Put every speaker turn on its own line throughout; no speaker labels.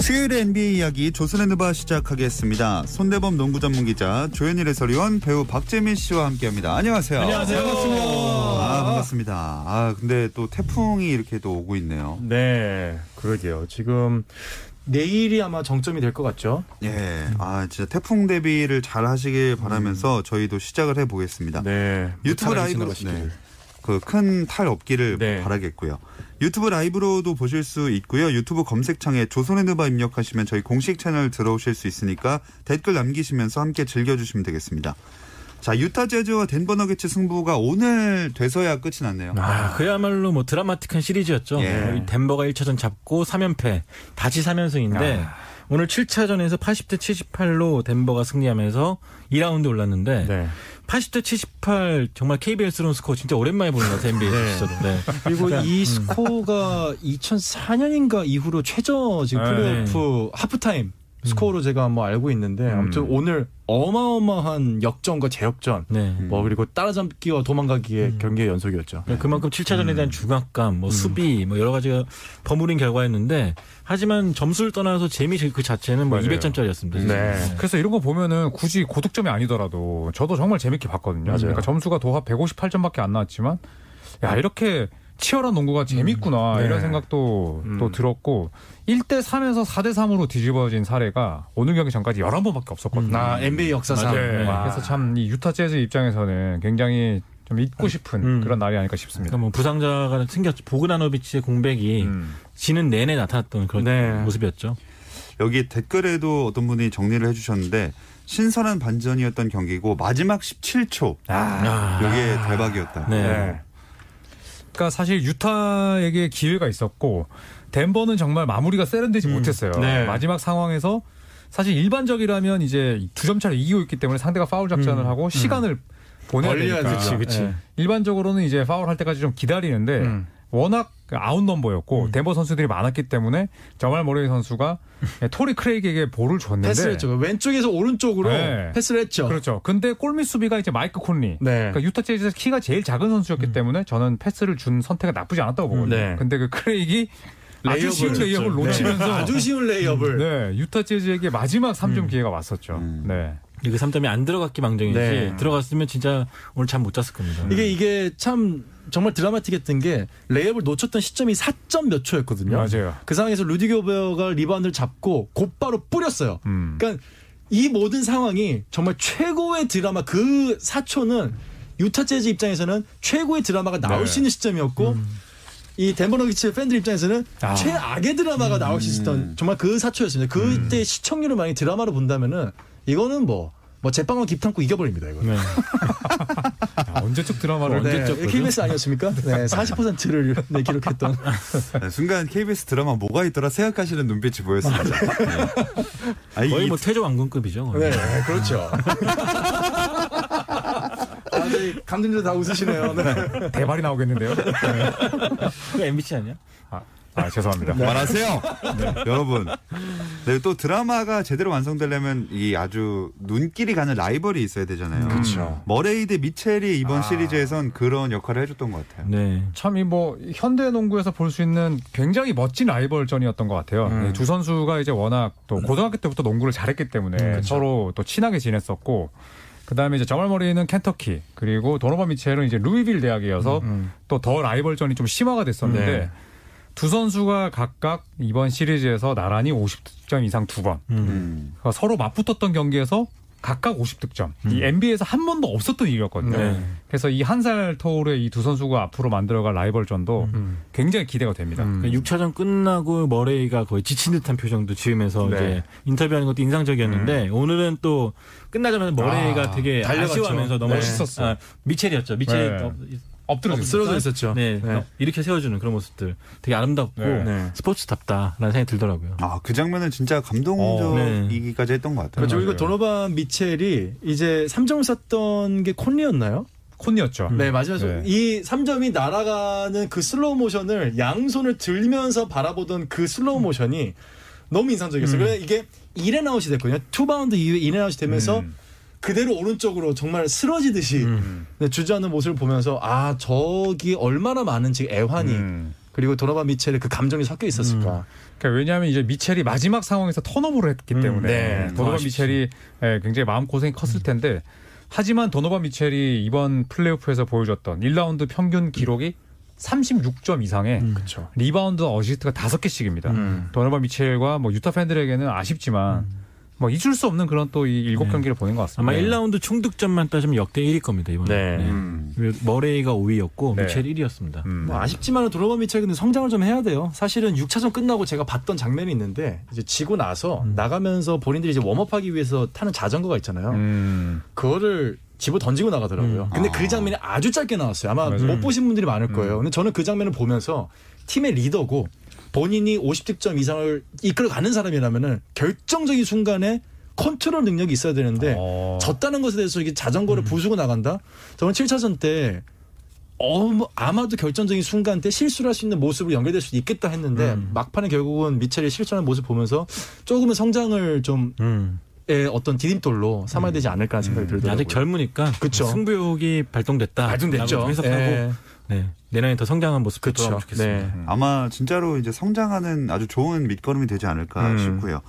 수요일 NBA 이야기 조선의 누바 시작하겠습니다. 손대범 농구 전문 기자 조현일 해설위원 배우 박재민 씨와 함께합니다. 안녕하세요.
안녕하세요. 반갑습니다.
아 반갑습니다. 아 근데 또 태풍이 이렇게 또 오고 있네요.
네, 그러게요. 지금 내일이 아마 정점이 될 것 같죠?
예. 아 진짜 태풍 대비를 잘 하시길 바라면서 저희도 시작을 해보겠습니다.
네.
유튜브
무탈하게
라이브로
지나가시기를.
그 큰 탈 없기를
네.
바라겠고요. 유튜브 라이브로도 보실 수 있고요. 유튜브 검색창에 조선의 누바 입력하시면 저희 공식 채널 들어오실 수 있으니까 댓글 남기시면서 함께 즐겨주시면 되겠습니다. 자 유타 재즈와 덴버 너게츠 승부가 오늘 돼서야 끝이 났네요.
아, 그야말로 뭐 드라마틱한 시리즈였죠. 뭐
예.
덴버가 1차전 잡고 3연패, 다시 3연승인데 오늘 7차전에서 80대 78로 덴버가 승리하면서 2라운드 올랐는데
네.
80대 78 정말 KBS론 스코어 진짜 오랜만에 보는 것 같아요. NBA에서. 진짜로. 네.
그리고
음.
이 스코어가 2004년인가 이후로 최저 지금
네.
플레이오프 하프타임
음.
스코어로 제가 뭐 알고 있는데 아무튼 오늘 어마어마한 역전과 재역전
네.
음.
뭐 그리고 따라잡기와
예,
도망가기의 경기의 연속이었죠.
그러니까 그만큼 7차전에 대한 중압감, 뭐 수비, 뭐 여러 가지가 버무린 결과였는데 하지만 점수를 떠나서 재미 그 자체는 뭐
맞아요.
200점짜리였습니다.
음.
네.
그래서 이런 거 보면은 굳이 고득점이 아니더라도 저도 정말 재밌게 봤거든요.
맞아요.
그러니까 점수가 도합 158점밖에 안 나왔지만 야 이렇게 치열한 농구가 재밌구나
네.
이런 생각도
음.
또 들었고 1대 3에서 4대 3으로 뒤집어진 사례가 오늘 경기 전까지 11번밖에
음.
없었거든요.
아,
나 NBA 역사상
네.
와.
그래서 참 이 유타 재즈 입장에서는 굉장히 좀 잊고 싶은
음.
그런 날이 아닐까 싶습니다.
그러니까 뭐 부상자가 생겼죠. 보그나노비치의 공백이
네. 음.
지는 내내 나타났던 그런
네.
모습이었죠.
여기 댓글에도 어떤 분이 정리를 해주셨는데 신선한 반전이었던 경기고 마지막 17초
아,
이게 대박이었다.
네.
네. 그러니까 사실 유타에게 기회가 있었고 덴버는 정말 마무리가 세련되지 못했어요.
네.
마지막 상황에서 사실 일반적이라면 이제 두 점 차로 이기고 있기 때문에 상대가 파울 작전을 하고 시간을 보내야
벌려야
되니까.
되죠. 그치, 그치.
예. 일반적으로는 이제 파울 할 때까지 좀 기다리는데
음.
워낙 아웃넘버였고 덴버 선수들이 많았기 때문에 저말 모레이 선수가 토리 크레이그에게 볼을 줬는데
패스를 했죠. 왼쪽에서 오른쪽으로
네.
패스를 했죠.
그렇죠. 근데 골밑 수비가 이제 마이크 콘리.
네.
그러니까 유타 재즈에서 키가 제일 작은 선수였기 때문에 저는 패스를 준 선택은 나쁘지 않았다고 보거든요.
네.
근데 그 크레이기 아주
레이업을
쉬운
했죠.
레이업을 놓치면서
네. 아주 쉬운 레이업을
네, 유타 재즈에게 마지막 3점 기회가 왔었죠.
음.
네.
이게 3점이 그 안 들어갔기 망정이지
네.
들어갔으면 진짜 오늘 잠 못 잤을
음.
겁니다.
이게 이게 참 정말 드라마틱했던 게 레이업을 놓쳤던 시점이 4점 몇 초였거든요.
맞아요.
그 상황에서 루디 교베어가 리바운드를 잡고 곧바로 뿌렸어요.
음.
그러니까 이 모든 상황이 정말 최고의 드라마 그 4초는 유타 재즈 입장에서는 최고의 드라마가 나올
네.
수 있는 시점이었고 이 덴버 너기츠 팬들 입장에서는
아.
최악의 드라마가 나올 수
음.
있었던 정말 그 4초였습니다. 그때 시청률을 많이 드라마로 본다면은 이거는 뭐 뭐 제빵은 깊 담고 이겨버립니다 이거.
네.
아, 언제적 드라마를
네, KBS 아니었습니까? 네, 40%를 네, 기록했던.
네, 순간 KBS 드라마 뭐가 있더라 생각하시는 눈빛이 보였습니다. 네. 아, 이
거의 뭐 태조 왕건급이죠. 거의.
네, 그렇죠. 아, 네, 감독님들 다 웃으시네요. 네.
대발이 나오겠는데요. 네.
그거 MBC 아니야?
아, 아, 죄송합니다.
말하세요. 여러분. 네, 또 드라마가 제대로 완성되려면 이 아주 눈길이 가는 라이벌이 있어야 되잖아요.
그쵸.
머레이 대 미첼이 이번 시리즈에선 그런 역할을 해줬던 것 같아요.
네.
참 이 뭐 현대 농구에서 볼 수 있는 굉장히 멋진 라이벌전이었던 것 같아요. 네, 두 선수가 이제 워낙 또 고등학교 때부터 농구를 잘했기 때문에 서로 또 친하게 지냈었고 그다음에 이제 저말 머리는 켄터키 그리고 도노바 미첼은 이제 루이빌 대학이어서 또 더 라이벌전이 좀 심화가 됐었는데
네.
두 선수가 각각 이번 시리즈에서 나란히 50점 이상 두 번
음.
그러니까 서로 맞붙었던 경기에서 각각 50득점. 이 NBA에서 한 번도 없었던 일이었거든요.
음. 네.
그래서 이 한 살 터울의 이 두 선수가 앞으로 만들어갈 라이벌전도
음.
굉장히 기대가 됩니다.
그 6차전 끝나고 머레이가 거의 지친 듯한 표정도 지으면서
네.
이제 인터뷰하는 것도 인상적이었는데 오늘은 또 끝나자마자 머레이가
아,
되게
달려갔죠.
아쉬워하면서 너무
네. 멋있었어.
아, 미첼이었죠. 미첼이
네.
어,
엎드려져
쓰러져 있었죠.
네. 이렇게 세워주는 그런 모습들 되게 아름답고
네.
네.
스포츠답다라는 생각이 들더라고요.
아, 그 장면은 진짜 감동적이기까지 했던 것 같아요.
그렇죠. 그리고
맞아요.
도노반 미첼이 이제 3점을 쐈던 게 콘리였나요?
콘이었죠.
네, 맞아요.
네.
이 3점이 날아가는 그 슬로우 모션을 양손을 들면서 바라보던 그
음.
슬로우 모션이 너무 인상적이었어요. 그래서 이게 인앤아웃이 됐거든요. 투바운드 이후에 인앤아웃이 되면서
음.
그대로 오른쪽으로 정말 쓰러지듯이 네, 주저하는 모습을 보면서 아, 저기 얼마나 많은 지금 애환이
음.
그리고 도나바 미첼의 그 감정이 섞여 있었을까.
그러니까 왜냐하면 이제 미첼이 마지막 상황에서 턴오버를 했기
음,
때문에
네. 더
도노반
아쉽지.
미첼이 예, 굉장히 마음 고생이 컸을 텐데 하지만 도노반 미첼이 이번 플레이오프에서 보여줬던 1라운드 평균 기록이 36점 이상에
그렇죠.
리바운드 어시스트가 다섯 개씩입니다.
음.
도노반 미첼과 뭐 유타 팬들에게는 아쉽지만 뭐 잊을 수 없는 그런 또 이 일곱
네.
경기를 보낸 것 같습니다.
아마 1라운드 총득점만 따지면 역대 1위 겁니다 이번에.
네.
음.
음. 머레이가 5위였고
네.
미첼 1위였습니다.
음.
뭐 아쉽지만 도노바 미첼 근데 성장을 좀 해야 돼요. 사실은 6차전 끝나고 제가 봤던 장면이 있는데 이제 지고 나서
음.
나가면서 본인들이 이제 웜업하기 위해서 타는 자전거가 있잖아요.
음.
그거를 집어 던지고 나가더라고요. 근데 그 장면이 아주 짧게 나왔어요. 아마
맞아요. 음.
못 보신 분들이 많을 거예요. 근데 저는 그 장면을 보면서 팀의 리더고 본인이 50득점 이상을 이끌어가는 사람이라면은 결정적인 순간에 컨트롤 능력이 있어야 되는데
어. 음.
졌다는 것에 대해서 이게 자전거를 부수고 나간다. 저는 7차전 때 어머, 아마도 결정적인 순간 때 실수를 할 수 있는 모습으로 연결될 수도 있겠다 했는데
음.
막판에 결국은 미첼이 실천한 모습 보면서 조금은 성장을 좀의
음.
어떤 디딤돌로 삼아야 되지 않을까 하는 생각이 들더라고요.
아직 젊으니까
그쵸.
승부욕이 발동됐다. 라고 해석하고
예.
네. 내년에 더 성장한 모습
그쵸.
보도록 좋겠습니다.
네.
음. 아마 진짜로 이제 성장하는 아주 좋은 밑거름이 되지 않을까
음.
싶고요.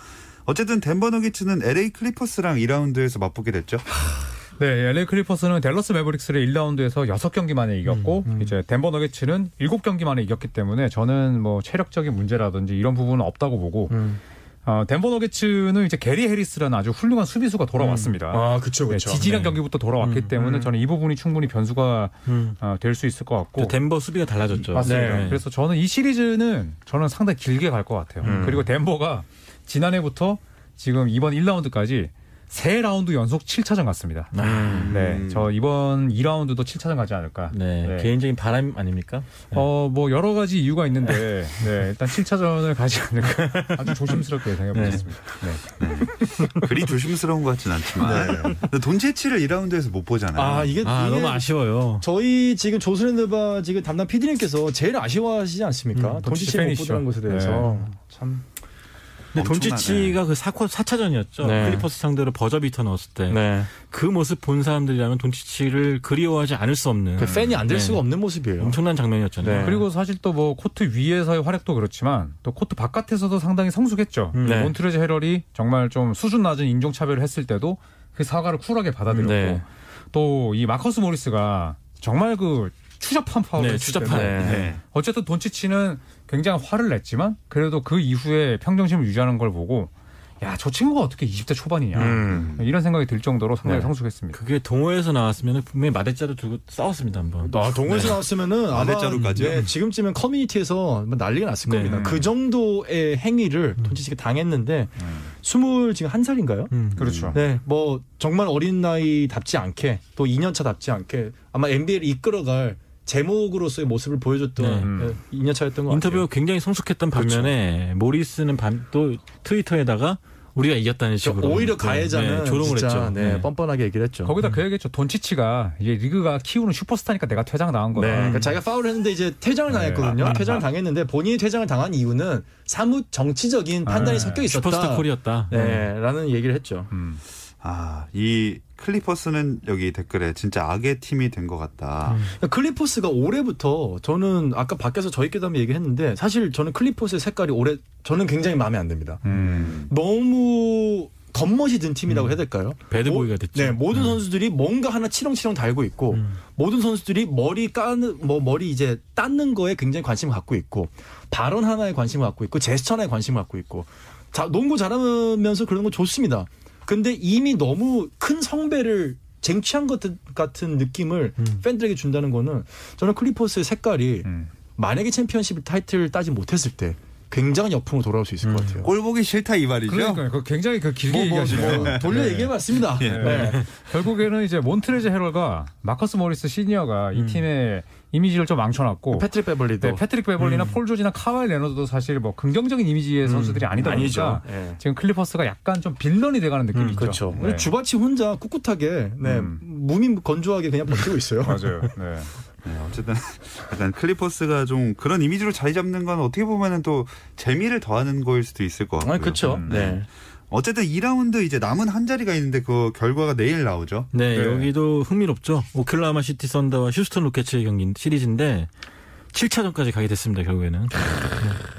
어쨌든 덴버 너기츠는 LA 클리퍼스랑 2라운드에서 맞붙게 됐죠.
네, LA 클리퍼스는 댈러스 매버릭스를 1라운드에서 6경기
음.
만에 이겼고 이제 덴버 너게츠는 7경기 만에 이겼기 때문에 저는 뭐 체력적인 문제라든지 이런 부분은 없다고 보고
음.
어, 덴버 너게츠는 이제 게리 해리스라는 아주 훌륭한 수비수가 돌아왔습니다.
음.
아, 그렇죠,
네,
그렇죠.
지지난 경기부터 돌아왔기 때문에 저는 이 부분이 충분히 변수가 어,
음.
될 수 있을 것
저
같고
덴버 수비가 달라졌죠.
맞습니다.
네.
그래서 저는 이 시리즈는 저는 상당히 길게 갈 것 같아요. 그리고 덴버가 지난해부터 지금 이번 1라운드까지 세 라운드 연속 7차전 갔습니다. 네, 저 이번 2라운드도 7차전 가지 않을까.
네.
네.
개인적인 바람 아닙니까?
어, 뭐 여러 가지 이유가 있는데 네, 일단 7차전을 가지 않을까. 아주 조심스럽게 생각해 보겠습니다. 네.
그리 조심스러운 것 같진 않지만 근데 돈체치를 2라운드에서 못 보잖아요.
아 이게,
아,
이게
너무 아쉬워요.
저희 지금 조선의바 지금 담당 PD님께서 제일 아쉬워하시지 않습니까?
음,
돈치치
돈치치
못
팬이시죠.
보는 것에 대해서
어.
참
근데
엄청나네.
돈치치가 그 4코, 4차전이었죠.
네.
클리퍼스 상대로 버저비터 넣었을 때.
네.
그 모습 본 사람들이라면 돈치치를 그리워하지 않을 수 없는
그 팬이 안 될
네.
수가 없는 모습이에요.
엄청난 장면이었잖아요.
네.
그리고 사실 또 뭐 코트 위에서의 활약도 그렇지만 또 코트 바깥에서도 상당히 성숙했죠.
음,
네.
몬트레즈 헤럴이 정말 좀 수준 낮은 인종차별을 했을 때도 그 사과를 쿨하게 받아들였고
네.
또 이 마커스 모리스가 정말 그 추잡한 파울을
네,
했기
추잡한.
때문에
네.
어쨌든 돈치치는 굉장히 화를 냈지만 그래도 그 이후에 평정심을 유지하는 걸 보고 야 저 친구가 어떻게 20대 초반이냐
음.
이런 생각이 들 정도로 상당히
네.
성숙했습니다.
그게 동호회에서 나왔으면 분명히 마대자루 들고 싸웠습니다 한번.
아, 동호회에서 나왔으면은 아마
아랫자루까지요?
네, 지금쯤엔 커뮤니티에서 뭐 난리가 났을
네.
겁니다. 그 정도의 행위를 돈치치가 당했는데 스물 지금 한 살인가요?
음.
그렇죠.
네, 뭐 정말 어린 나이답지 않게 또 2년차답지 않게 아마 NBA를 이끌어갈 제목으로서의 모습을 보여줬던
네.
네. 2년차였던 것 같아요.
인터뷰가 굉장히 성숙했던 반면에 모리스는 반, 또 트위터에다가 우리가 이겼다는
저
식으로
그렇죠. 오히려
네,
가해자는
네, 조롱을
진짜,
했죠.
네,
네.
뻔뻔하게 얘기를 했죠.
거기다 그 얘기했죠. 돈치치가 이제 리그가 키우는 슈퍼스타니까 내가 퇴장 당한 거다.
네,
음.
그러니까 자기가 파울을 했는데 이제 퇴장을
네.
당했거든요.
아,
퇴장을 당했는데 본인이 퇴장을 당한 이유는 사뭇 정치적인 판단이 섞여 있었다.
아, 슈퍼스타 콜이었다.
네, 라는 얘기를 했죠.
음.
아, 이 클리퍼스는 여기 댓글에 진짜 악의 팀이 된 것 같다.
음. 그러니까 클리퍼스가 올해부터 저는 아까 밖에서 저희끼리 한번 얘기했는데 사실 저는 클리퍼스의 색깔이 올해 저는 굉장히 마음에 안 듭니다.
음.
너무 겉멋이 든
음.
팀이라고 해야 될까요?
배드보이가
모-
됐죠. 음.
네, 모든 선수들이 뭔가 하나 치렁치렁 달고 있고 모든 선수들이 머리 까는 뭐 머리 이제 닦는 거에 굉장히 관심을 갖고 있고 발언 하나에 관심을 갖고 있고 제스처 하나에 관심을 갖고 있고 자, 농구 잘하면서 그런 거 좋습니다. 근데 이미 너무 큰 성배를 쟁취한 것 같은 느낌을
음.
팬들에게 준다는 거는 저는 클리퍼스의 색깔이
음.
만약에 챔피언십 타이틀을 따지 못했을 때 굉장한 역풍으로 돌아올 수 있을 것
음.
같아요.
꼴 보기 싫다 이 말이죠.
그러니까 그 굉장히 그 길게 얘기하시네요.
뭐 돌려
네.
얘기해봤습니다.
예.
네.
결국에는 이제 몬트레즈 헤럴과 마커스 모리스 시니어가 이 팀의 이미지를 좀 망쳐놨고
음. 패트릭 베벌리도 음.
네, 패트릭 베벌리나 폴 조지나 카와이 레너드도 사실 뭐 긍정적인 이미지의 선수들이 아니다 보니까
네.
예.
지금 클리퍼스가 약간 좀 빌런이 돼가는 느낌이 있죠.
그렇죠.
네.
주바치 혼자 꿋꿋하게 네,
음.
몸이 건조하게 그냥 버티고 있어요.
맞아요. 네.
네, 어쨌든 약간 클리퍼스가 좀 그런 이미지로 자리 잡는 건 어떻게 보면은 또 재미를 더하는 거일 수도 있을 것 같고요.
아, 그렇죠.
음.
네.
어쨌든 2라운드 이제 남은 한 자리가 있는데 그 결과가 내일 나오죠.
네,
네.
여기도 흥미롭죠. 오클라호마 시티 선더와 휴스턴 로켓츠의 경기 시리즈인데 7차전까지 가게 됐습니다. 결국에는.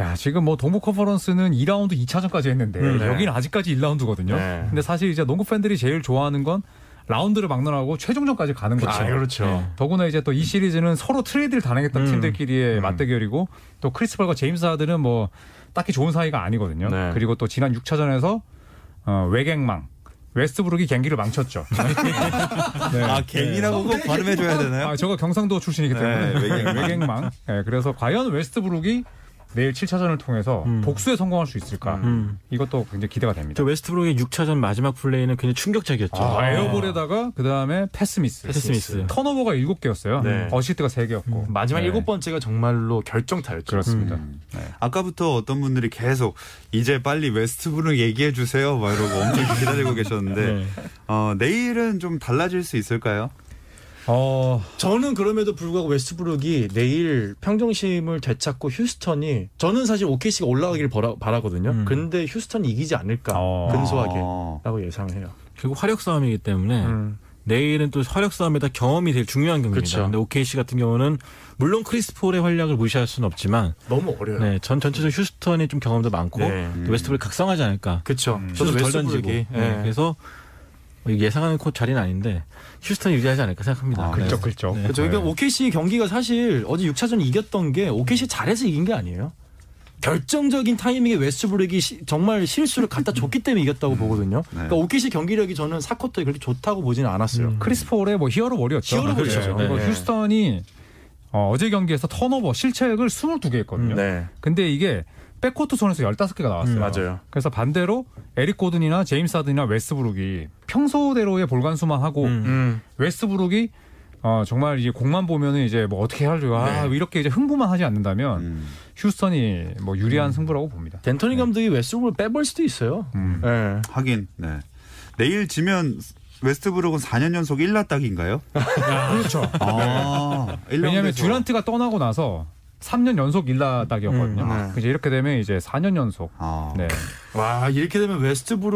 야, 지금 뭐 동부 컨퍼런스는 2라운드 2차전까지 했는데
음, 네.
여기는 아직까지 1라운드거든요.
네.
근데 사실 이제 농구 팬들이 제일 좋아하는 건 라운드를 막론하고 최종전까지 가는 거죠.
아, 그렇죠.
네. 더구나 이제 또 이 시리즈는 서로 트레이드를 단행했던
음.
팀들끼리의
음.
맞대결이고 또 크리스 팔과 제임스 하드는 뭐 딱히 좋은 사이가 아니거든요.
네.
그리고 또 지난 6차전에서 어, 외갱망 웨스트브룩이 경기를 망쳤죠. 네.
아, 갱이라고 꼭 발음해줘야 되나요?
아, 저거 경상도 출신이기 때문에
네, 외갱망.
외갱망. 네, 그래서 과연 웨스트브룩이 내일 7차전을 통해서
음.
복수에 성공할 수 있을까?
음.
이것도 굉장히 기대가 됩니다.
저 웨스트브룩의 6차전 마지막 플레이는 굉장히 충격적이었죠.
아, 에어볼에다가 그 다음에 패스 미스.
패스 미스.
턴오버가 7개였어요.
네.
어시스트가 3개였고.
마지막
네.
일곱 번째가 정말로 결정타였죠.
그렇습니다.
아까부터 어떤 분들이 계속 이제 빨리 웨스트브룩 얘기해 주세요. 막 이러고 엄청 기다리고 계셨는데
네.
어, 내일은 좀 달라질 수 있을까요?
어,
저는 그럼에도 불구하고 웨스트브룩이 내일 평정심을 되찾고 휴스턴이 저는 사실 OKC가 올라가길 바라, 바라거든요.
음.
근데 휴스턴이 이기지 않을까
어.
근소하게라고
어.
예상해요.
결국 화력 싸움이기 때문에
음.
내일은 또 화력 싸움에다 경험이 제일 중요한 경기입니다.
그렇죠.
근데 OKC 같은 경우는 물론 크리스폴의 활약을 무시할 수는 없지만
너무 어려요.
네, 전 전체적으로 휴스턴이 좀 경험도 많고
네.
또 웨스트브룩 각성하지 않을까.
그렇죠.
음.
저도 덜 던지고.
예.
네, 그래서 뭐 예상하는 코 자리는 아닌데 휴스턴이 유지하지 않을까 생각합니다.
아,
긁적,
네.
긁적.
네.
그렇죠. 그러니까
네.
OKC 경기가 사실 어제 6차전 이겼던 게 OKC 잘해서 이긴 게 아니에요. 결정적인 타이밍에 웨스트브룩이 시- 정말 실수를 갖다 줬기 때문에 이겼다고
음.
보거든요.
네.
그러니까 OKC 경기력이 저는 4쿼터에 그렇게 좋다고 보지는 않았어요.
크리스 폴의 뭐 히어로볼이었죠.
히어로볼이죠.
네. 그리고
네.
휴스턴이 어, 어제 경기에서 턴오버 실책을 22개 했거든요.
네.
근데 이게 백코트 선에서 15개가 나왔어요.
음, 맞아요.
그래서 반대로 에릭 고든이나 제임스 하든이나 웨스브룩이 평소대로의 볼간수만 하고
음.
음.
웨스브룩이 어, 정말 이제 공만 보면은 이제 뭐 어떻게 하려고 아, 이렇게 이제 흥부만 하지 않는다면
음.
휴스턴이 뭐 유리한 승부라고 봅니다.
덴토니
네.
감독이 웨스트브룩을 빼볼 수도 있어요.
음.
네.
하긴. 네. 내일 지면 웨스트브룩은 4년 연속 1라 딱인가요?
그렇죠. 네.
아,
왜냐하면
1라운드에서.
듀란트가 떠나고 나서 3년 연속 1라닥이었거든요.
음,
이제 이렇게 되면 이제 4년 연속.
아.
네.
와 이렇게 되면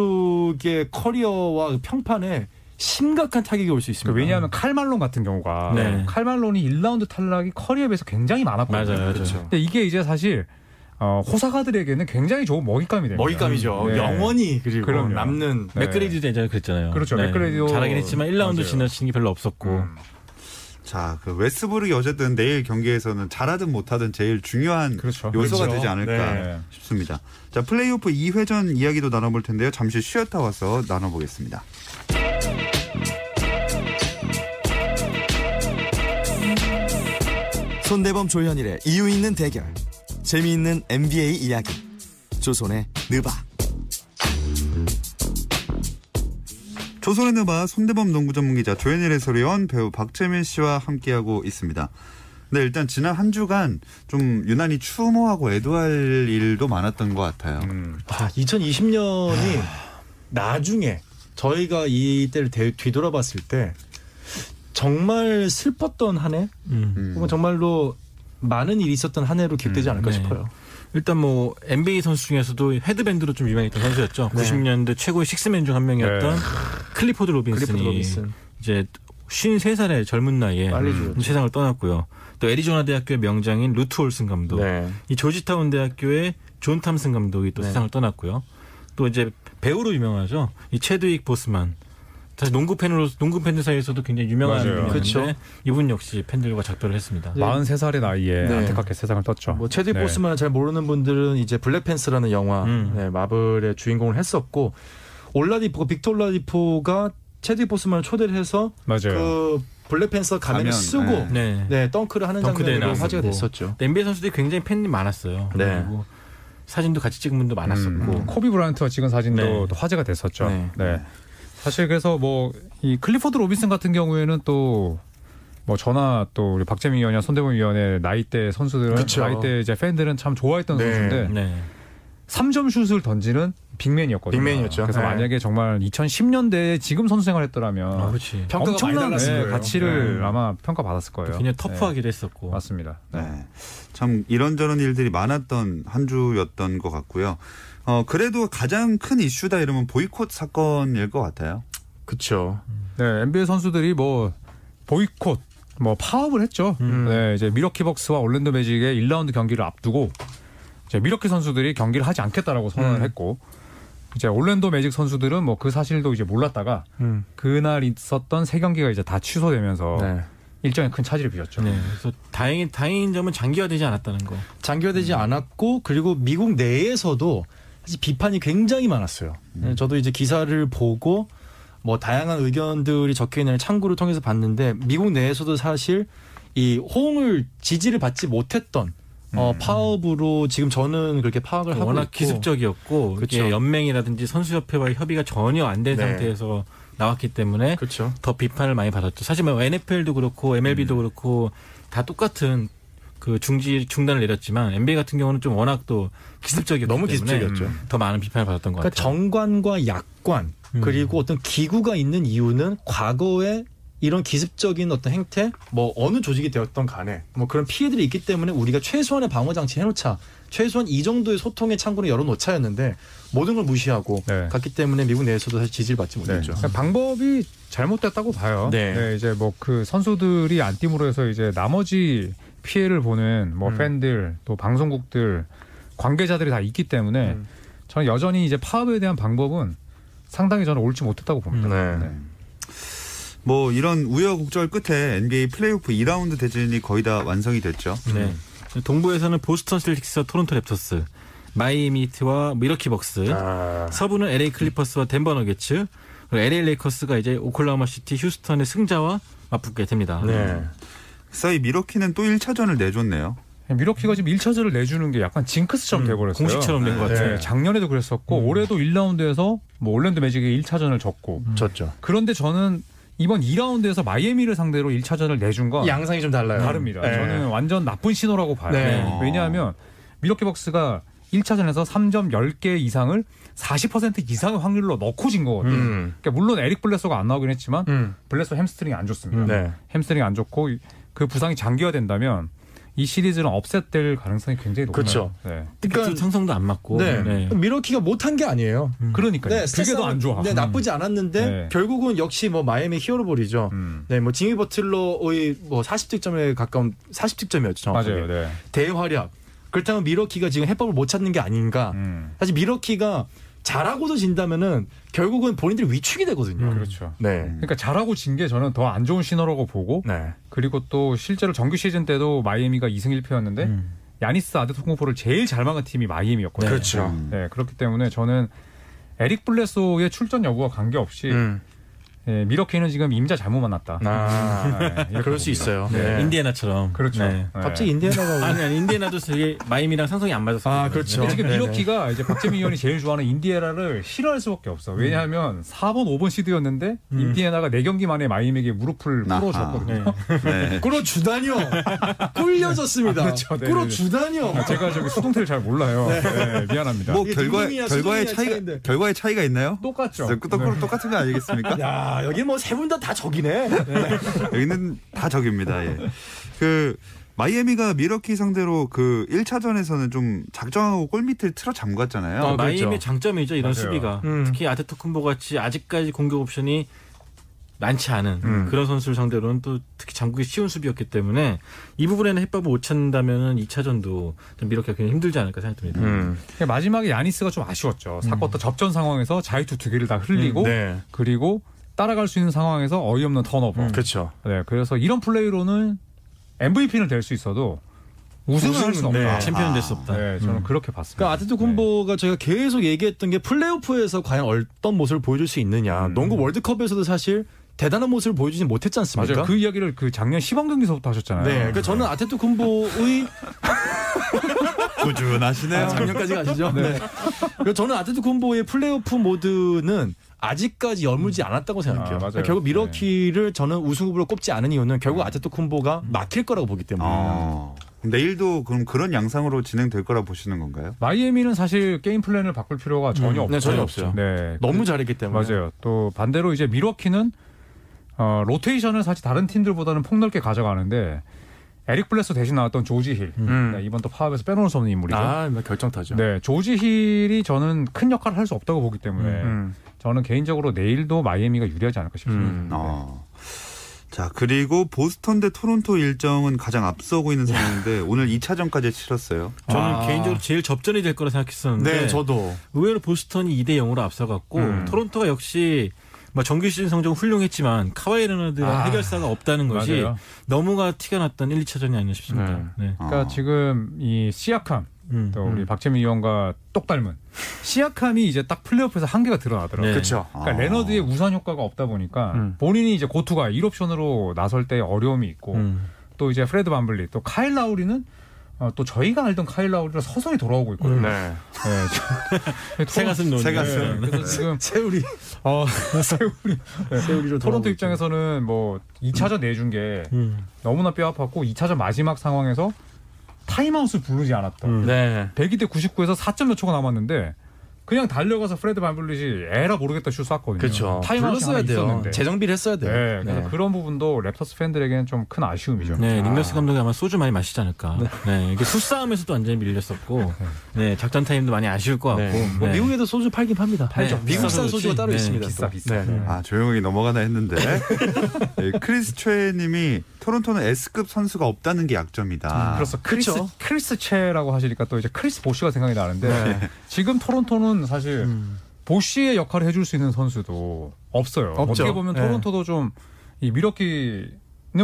웨스트브룩의 커리어와 그 평판에 심각한 타격이 올 수
그
있습니다.
왜냐하면 칼말론 같은 경우가
네.
칼말론이 1라운드 탈락이 커리어에 비해서 굉장히 많았거든요.
맞아요. 맞아요.
그렇죠.
근데 이게 이제 사실 어, 호사가들에게는 굉장히 좋은 먹잇감이 됩니다.
먹잇감이죠.
네.
영원히 그리고
그럼요.
남는
네.
맥그레이디도 예전에 그랬잖아요. 네.
그렇죠. 맥그레이디도
잘하긴 했지만 1라운드
맞아요.
지나치는 게 별로 없었고
음.
자, 그 웨스브룩이 어쨌든 내일 경기에서는 잘하든 못하든 제일 중요한
그렇죠.
요소가
그렇죠.
되지 않을까
네.
싶습니다. 자, 플레이오프 2회전 이야기도 나눠볼 텐데요. 잠시 쉬었다 와서 나눠보겠습니다.
손대범 조현일의 이유 있는 대결 재미있는 NBA 이야기 조선의 느바
조선의 누바 손대범 농구 전문 기자 조현일 해설위원 배우 박재민 씨와 함께하고 있습니다. 네, 일단 지난 한 주간 좀 유난히 추모하고 애도할 일도 많았던 것 같아요.
아, 2020년이 나중에 저희가 이때를 대- 뒤돌아봤을 때 정말 슬펐던 한 해,
음.
음.
혹은 정말로 많은 일이 있었던 한 해로 기억되지 않을까
네.
싶어요.
일단 뭐 NBA 선수 중에서도 헤드밴드로 좀 유명했던 선수였죠. 90년대 최고의 식스맨 중 한 명이었던 클리포드 로빈슨이
클리포드 로빈슨.
이제 53살의 젊은 나이에 음,
빨리 죽었죠.
세상을 떠났고요. 또 애리조나 대학교의 명장인 루트 올슨 감독,
네.
이 조지타운 대학교의 존 탐슨 감독이
네.
또 세상을 떠났고요. 또 이제 배우로 유명하죠. 이 체드윅 보스만. 사실 농구 팬으로 농구 팬들 사이에서도 굉장히 유명한
맞아요. 네.
분인데
그쵸.
이분 역시 팬들과 작별을 했습니다.
43살의 나이에
네.
안타깝게 세상을 떴죠.
뭐 체디
네.
보스만 잘 모르는 분들은 이제 블랙팬스라는 영화
음.
네, 마블의 주인공을 했었고 올라디포 빅토 올라디포가 체디 보스만을 초대를 해서
맞아요.
그 블랙팬서 가면을
가면,
쓰고
네.
네.
네.
덩크를 하는
덩크 대회
장면이
나왔었고.
화제가 됐었죠.
근데 NBA 선수들이 굉장히 팬이 많았어요.
네.
그리고 사진도 같이 찍은 분도 많았었고.
음, 코비 브라이언트가 찍은 사진도
그 네.
또 화제가 됐었죠.
네.
네. 사실 그래서 뭐 이 클리포드 로빈슨 같은 경우에는 또 뭐 저나 또 우리 박재민 위원이나 손대범 위원의 나이대 선수들은
그쵸.
나이대 이제 팬들은 참 좋아했던
네.
선수인데
네.
3점 슛을 던지는 빅맨이었거든요.
빅맨이었죠.
그래서
네.
만약에 정말 2010년대에 지금 선수 생활했더라면
아, 그렇지.
그렇죠. 평가가 많이 달랐을
네,
거예요.
가치를
네.
아마 평가받았을 거예요.
그냥
네.
터프하기도 했었고.
맞습니다.
네. 참 이런저런 일들이 많았던 한 주였던 것 같고요. 어, 그래도 가장 큰 이슈다 이러면 보이콧 사건일 것 같아요.
그렇죠.
네, NBA 선수들이 뭐 보이콧 뭐 파업을 했죠.
음.
네, 이제 미러키 벅스와 올랜도 매직의 1라운드 경기를 앞두고 이제 미러키 선수들이 경기를 하지 않겠다라고 선언을
음.
했고 이제 올랜도 매직 선수들은 뭐 그 사실도 이제 몰랐다가
음.
그날 있었던 세 경기가 이제 다 취소되면서
네.
일정에 큰 차질을 빚었죠.
네, 그래서 다행인 다행인 점은 장기화되지 않았다는 거.
장기화되지 않았고 그리고 미국 내에서도 사실 비판이 굉장히 많았어요.
음.
네, 저도 이제 기사를 보고 뭐 다양한 의견들이 적혀 있는 창구를 통해서 봤는데 미국 내에서도 사실 이 호응을 지지를 받지 못했던 어, 파업으로 지금 저는 그렇게 파악을 하고
음. 워낙
있고.
기습적이었고
그쵸.
이게 연맹이라든지 선수협회와의 협의가 전혀 안 된
네.
상태에서 나왔기 때문에
그렇죠.
더 비판을 많이 받았죠. 사실 뭐 NFL도 그렇고
음.
MLB도 그렇고 다 똑같은 그 중지 중단을 내렸지만 NBA 같은 경우는 좀 워낙 또 기습적이었기
너무
때문에
기습적이었죠.
음, 더 많은 비판을 받았던 것
그러니까
같아요.
정관과 약관
음.
그리고 어떤 기구가 있는 이유는 과거에 이런 기습적인 어떤 행태 뭐 어느 조직이 되었던 간에 뭐 그런 피해들이 있기 때문에 우리가 최소한의 방어 장치 해놓자 최소한 이 정도의 소통의 창구는 열어놓자였는데 모든 걸 무시하고
네.
갔기 때문에 미국 내에서도 사실 지지를 받지
네.
못했죠.
그러니까 방법이 잘못됐다고 봐요.
네.
이제 뭐 그 선수들이 안 팀으로 해서 이제 나머지 피해를 보는 뭐 팬들 또 방송국들 관계자들이 다 있기 때문에 저는 여전히 이제 파업에 대한 방법은 상당히 저는 옳지 못했다고 봅니다.
네.
음.
뭐 이런 우여곡절 끝에 NBA 플레이오프 2라운드 대진이 거의 다 완성이 됐죠.
음.
음.
네. 동부에서는 보스턴 셀틱스와 토론토 랩터스, 마이애미 히트와 미러키 벅스,
네.
아,
서부는 LA 클리퍼스와 덴버 너게츠, 그리고 LA 레이커스가 이제 오클라호마 시티, 휴스턴의 승자와 맞붙게 됩니다.
네.
사이 미러키는 또 1차전을 내줬네요.
미러키가 지금 1차전을 내주는 게 약간 징크스처럼 돼버렸어요.
공식처럼 된 것 같아요.
네, 작년에도 그랬었고 올해도 1라운드에서 뭐 올랜드 매직이 1차전을 졌고
졌죠.
그런데 저는 이번 2라운드에서 마이애미를 상대로 1차전을 내준 건
양상이 좀 달라요.
다릅니다.
네.
저는 완전 나쁜 신호라고 봐요.
네.
왜냐하면 미러키 벅스가 1차전에서 3점 10개 이상을 40% 이상의 확률로 넣고 진 거거든요.
음.
그러니까 물론 에릭 블레소가 안 나오긴 했지만
음.
블레소 햄스트링이 안 좋습니다.
네.
햄스트링이 안 좋고 이- 그 부상이 장기화된다면 이 시리즈는 업셋될 가능성이 굉장히 높아요.
그렇죠.
네.
팀 성성도 안 맞고.
네.
네.
미러키가 못한 게 아니에요.
뭐, 음. 그러니까요. 그게 더
스탯상은,
안 좋아. 음.
네, 나쁘지 않았는데
네.
결국은 역시 뭐 마이애미 히어로볼이죠.
음.
네, 뭐 지미 버틀러의 뭐 40득점에 가까운 40득점이었죠.
맞아요. 네.
대활약. 그렇다면 미러키가 지금 해법을 못 찾는 게 아닌가.
음.
사실 미러키가 잘하고도 진다면은 결국은 본인들이 위축이 되거든요.
그렇죠.
네.
그러니까 잘하고 진 게 저는 더 안 좋은 신호라고 보고
네.
그리고 또 실제로 정규 시즌 때도 마이애미가 2승 1패였는데 야니스 아데토콩포를 제일 잘 막은 팀이
음.
마이애미였거든요.
그렇죠.
음. 네, 그렇기 때문에 저는 에릭 블레소의 출전 여부와 관계없이
음.
예, 미러키는 지금 임자 잘못 만났다.
아,
네, 이렇게
그럴 수
봅니다.
있어요.
네.
네.
인디애나처럼.
그렇죠.
네.
네.
갑자기 인디애나가
아니, 아니, 인디애나도 되게 마이미랑 상성이 안 맞았어요.
아, 그렇죠.
근데 지금
네네. 음.
미러키가 이제 박재민 의원이 제일 좋아하는 인디애나를 싫어할 수밖에 없어. 왜냐하면 4번, 5번 시드였는데 인디애나가 4경기 만에 마이애미에게 무릎을
아하.
풀어줬거든요.
네.
끌어주다니요. 끌려졌습니다.
그렇죠. 네,
끌어주다니요.
제가 저기 수동태를 잘 몰라요. 네, 미안합니다.
뭐
이게
결과
등등이야,
결과의
수준이야
차이가
차이인데.
결과의 차이가 있나요?
똑같죠.
그 똑같- 똑같은 거 아니겠습니까?
야, 여기 뭐 세 분 다 다 적이네.
여기는 다 적입니다. 예. 그 마이애미가 미러키 상대로 그 1차전에서는 좀 작정하고 골밑을 틀어 잠갔잖아요. 네.
아,
마이애미의
그렇죠.
장점이죠 이런
맞아요.
수비가
음.
특히 아테토쿤보 같이 아직까지 공격 옵션이 많지 않은
음.
그런 선수를 상대로는 또 특히 장국이 쉬운 수비였기 때문에 이 부분에는 해법을 못 찾는다면 2차전도 좀 미러키가 굉장히 힘들지 않을까 생각됩니다.
음.
그러니까 마지막에 야니스가 좀 아쉬웠죠.
음.
사쿼터 접전 상황에서 자유투 두 개를 다 흘리고
네.
그리고 따라갈 수 있는 상황에서 어이없는 턴오버.
음.
그렇죠.
네, 그래서 이런 플레이로는 MVP는 될 수 있어도 우승을 할 수는
네.
없다.
챔피언 될 수 없다.
네, 저는 그렇게 봤습니다.
그러니까 아테토 콤보가 저희가 계속 얘기했던 게 플레이오프에서 과연 어떤 모습을 보여줄 수 있느냐. 농구 월드컵에서도 사실 대단한 모습을 보여주지 못했지 않습니까?
맞아요. 그 이야기를 그 작년 시범 경기서부터 하셨잖아요.
네, 그러니까 저는 아테토 콤보의
아, 꾸준하시네요.
작년까지 가시죠. 네. 그리고 저는 아테토 콤보의 플레이오프 모드는 아직까지 열물지 않았다고 생각해요.
아, 맞아요.
결국 미러키를 저는 우승 후보로 꼽지 않으니요는 결국 아테토 콤보가 막힐 거라고 보기 때문에.
어. 그럼 내일도 그럼 그런 양상으로 진행될 거라 보시는 건가요?
마이애미는 사실 게임 플랜을 바꿀 필요가 전혀 없어요.
네, 전혀 없어요.
네,
너무 잘했기 때문에.
맞아요. 또 반대로 이제 미러키는 어, 로테이션을 사실 다른 팀들보다는 폭넓게 가져가는데 에릭 블레스 대신 나왔던 조지 힐
음.
네, 이번 또 파업에서 빼놓을 수 없는 인물이죠.
아, 결정타죠.
네, 조지 힐이 저는 큰 역할을 할 수 없다고 보기 때문에
음.
음.
음.
네. 아,
저는 개인적으로 내일도 마이애미가 유리하지 않을까 싶습니다.
음.
어. 자, 그리고 보스턴 대 토론토 일정은 가장 앞서고 있는 상황인데 오늘 2차전까지 치렀어요.
저는
아. 네,
개인적으로 제일 접전이 될 거라 생각했었는데
네,
저도.
의외로 보스턴이 2대 0으로 앞서갔고
음.
토론토가 역시 뭐 정규 시즌 성적은 훌륭했지만 카와이 레너드의
아.
해결사가 없다는 것이
맞아요.
너무가 티가 났던 1, 2차전이 아니었습니다 네.
그러니까
어.
지금 이 시약함
음.
또 우리 박재민 의원과 똑 닮은 시약함이 이제 딱 플레이오프에서 한계가 드러나더라고요.
네.
그렇죠.
그러니까
아.
레너드의 우산 효과가 없다 보니까
음.
본인이 이제 고투가 1옵션으로 나설 때 어려움이 있고
음.
또 이제 프레드 반블리 또 카일 라우리는 어, 또 저희가 알던 카일 라우리가 서서히 돌아오고 있거든요.
네.
네, 저-
새가슴 논.
새가슴.
네, 그래서 지금
세우리
어, 세우리 네.
세우리로
토론토
돌아오고
입장에서는 뭐 2차전 내준 게
음.
너무나 뼈 아팠고 2차전 마지막 상황에서 타임아웃을 부르지 않았다.
음. 네.
102 대 99에서 4.몇 초가 남았는데 그냥 달려가서 프레드 반블릿이 에라 모르겠다 슛 쐈거든요.
그렇죠.
타임아웃이 하나
불렀어야 돼요.
있었는데.
재정비를 했어야 돼요.
네, 그래서
네.
그런 부분도 랩터스 팬들에게는 좀 큰 아쉬움이죠.
네, 닉너스 감독이 아마 소주 많이 마시지 않을까. 네, 이게 수싸움에서도 완전히 밀렸었고, 네, 작전 타임도 많이 아쉬울 것 같고.
네.
뭐
네.
미국에도 소주 팔긴 팝니다. 네.
팔죠.
미국산
비싸서
소주가 따로
그렇지.
있습니다.
비싸 비싸.
네. 네.
아 조용히 넘어가나 했는데 네, 크리스 최님이 토론토는 S급 선수가 없다는 게 약점이다.
그래서 크리스
그쵸.
크리스 체라고 하시니까 또 이제 크리스 보쉬가 생각이 나는데 지금 토론토는 사실 보쉬의 역할을 해줄 수 있는 선수도 없어요.
없죠.
어떻게 보면
네.
토론토도 좀 이 미러키는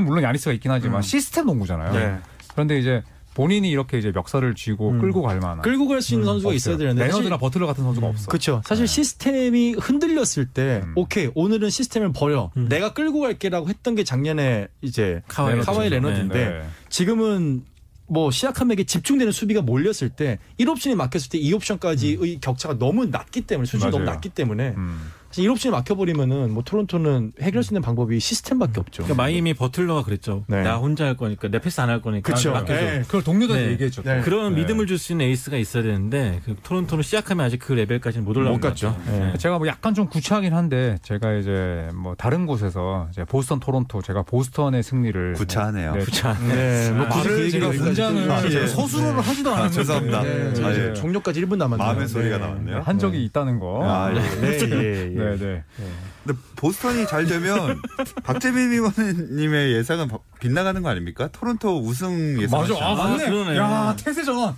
물론 야니스가 있긴 하지만 시스템 농구잖아요.
네.
그런데 이제 본인이 이렇게 이제 멱살을 쥐고 끌고 갈 만한
끌고 갈 수 있는 선수가
없어요.
있어야 되는데
레너드나 버틀러 같은 선수가 없어.
그렇죠. 사실 시스템이 흔들렸을 때 오케이 오늘은 시스템을 버려
음.
내가 끌고 갈게라고 했던 게 작년에 이제
카와이 레너드.
카와이 레너드인데
네.
지금은 뭐 시약함에게 집중되는 수비가 몰렸을 때 1옵션이 막혔을 때 2옵션까지의 격차가 너무 낮기 때문에 수준이 너무
맞아요.
낮기 때문에
음.
사실 1옵션이 막혀버리면은 뭐 토론토는 해결할 수 있는 방법이 시스템밖에 없죠.
그러니까 마이미 버틀러가 그랬죠.
네.
나 혼자 할 거니까 내 패스 안 할 거니까
그쵸.
맡겨줘.
네.
그걸 동료들한테
네.
얘기해줘.
네.
그런
네.
믿음을 줄 수 있는 에이스가 있어야 되는데 그 토론토는 시작하면 아직 그 레벨까지는 못 올라온
못
것 같죠.
갔죠.
네.
제가 뭐 약간 좀 구차하긴 한데 제가 이제 뭐 다른 곳에서 이제 보스턴 토론토 제가 보스턴의 승리를
구차하네요.
네.
부차.
네, 뭐 굳이 그
말을
얘기를
제가
여기까지
문장을
끊으면-
예.
서술어를 하지도
아,
않았는데
죄송합니다.
네.
아, 예.
이제 종료까지 1분 남았네요.
마음의 소리가 나왔네요.
한 적이 있다는 거.
아, 예.
네, 예, 예.
네, 네.
근데 보스턴이 잘 되면 박재민 의원님의 예상은 바- 빗나가는 거 아닙니까? 토론토 우승 예상.
맞아. 아, 맞네.
아, 그러네.
야, 태세 전환.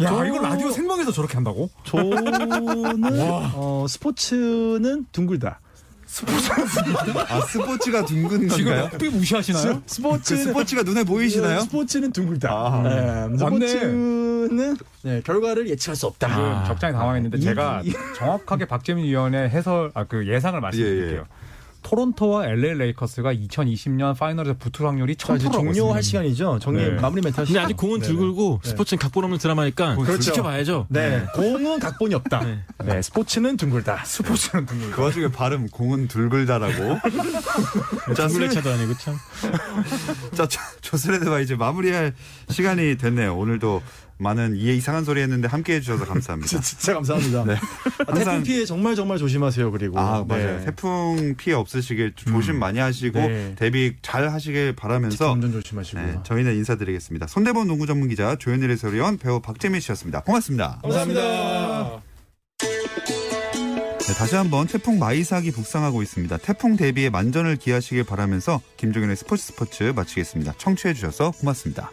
야,
저-
이걸 라디오 생방에서 저렇게 한다고?
저는 어, 스포츠는 둥글다.
아 스포츠가 둥근
지금
건가요?
어떻게 무시하시나요?
그
스포츠는
네, 스포츠가 눈에 보이시나요?
스포츠는 둥글다.
아.
네,
맞네.
스포츠는 네, 결과를 예측할 수 없다. 아,
지금 아. 음, 적당히 당황했는데
이-
제가
이-
정확하게 박재민 위원의 해설 아 그 예상을 말씀드릴게요.
예, 예.
토론토와 LA 레이커스가 2020년 파이널에서 붙을 확률이
자,
1000%라고
이제 종료할 시간이죠. 정리
네.
마무리 멘트 하시죠.
근데 아직 공은 들굴고 스포츠는 각본 없는 드라마니까
네. 그렇죠.
지켜봐야죠.
네, 공은 각본이 없다.
네.
네, 스포츠는 둥글다.
스포츠는 등록.
그 와중에 발음 공은 둘글다라고. 자,
둥글레
스레,
차도 아니고 참.
자, 조스레드와 이제 마무리할 시간이 됐네요. 오늘도 많은 이 이상한 소리 했는데 함께 해주셔서 감사합니다.
진짜 감사합니다. 아, 태풍
항상-
피해 정말 정말 조심하세요. 그리고
아
네.
맞아요. 태풍 피해 없으시길 조심 많이 하시고
네.
대비 잘 하시길 바라면서
운전 조심하시고요.
네, 저희는 인사드리겠습니다. 손대범 농구 전문 기자 조현일 해설위원 배우 박재민 씨였습니다. 고맙습니다.
감사합니다.
네, 다시 한번 태풍 마이삭이 북상하고 있습니다. 태풍 대비에 만전을 기하시길 바라면서 김종현의 스포츠 스포츠 마치겠습니다. 청취해 주셔서 고맙습니다.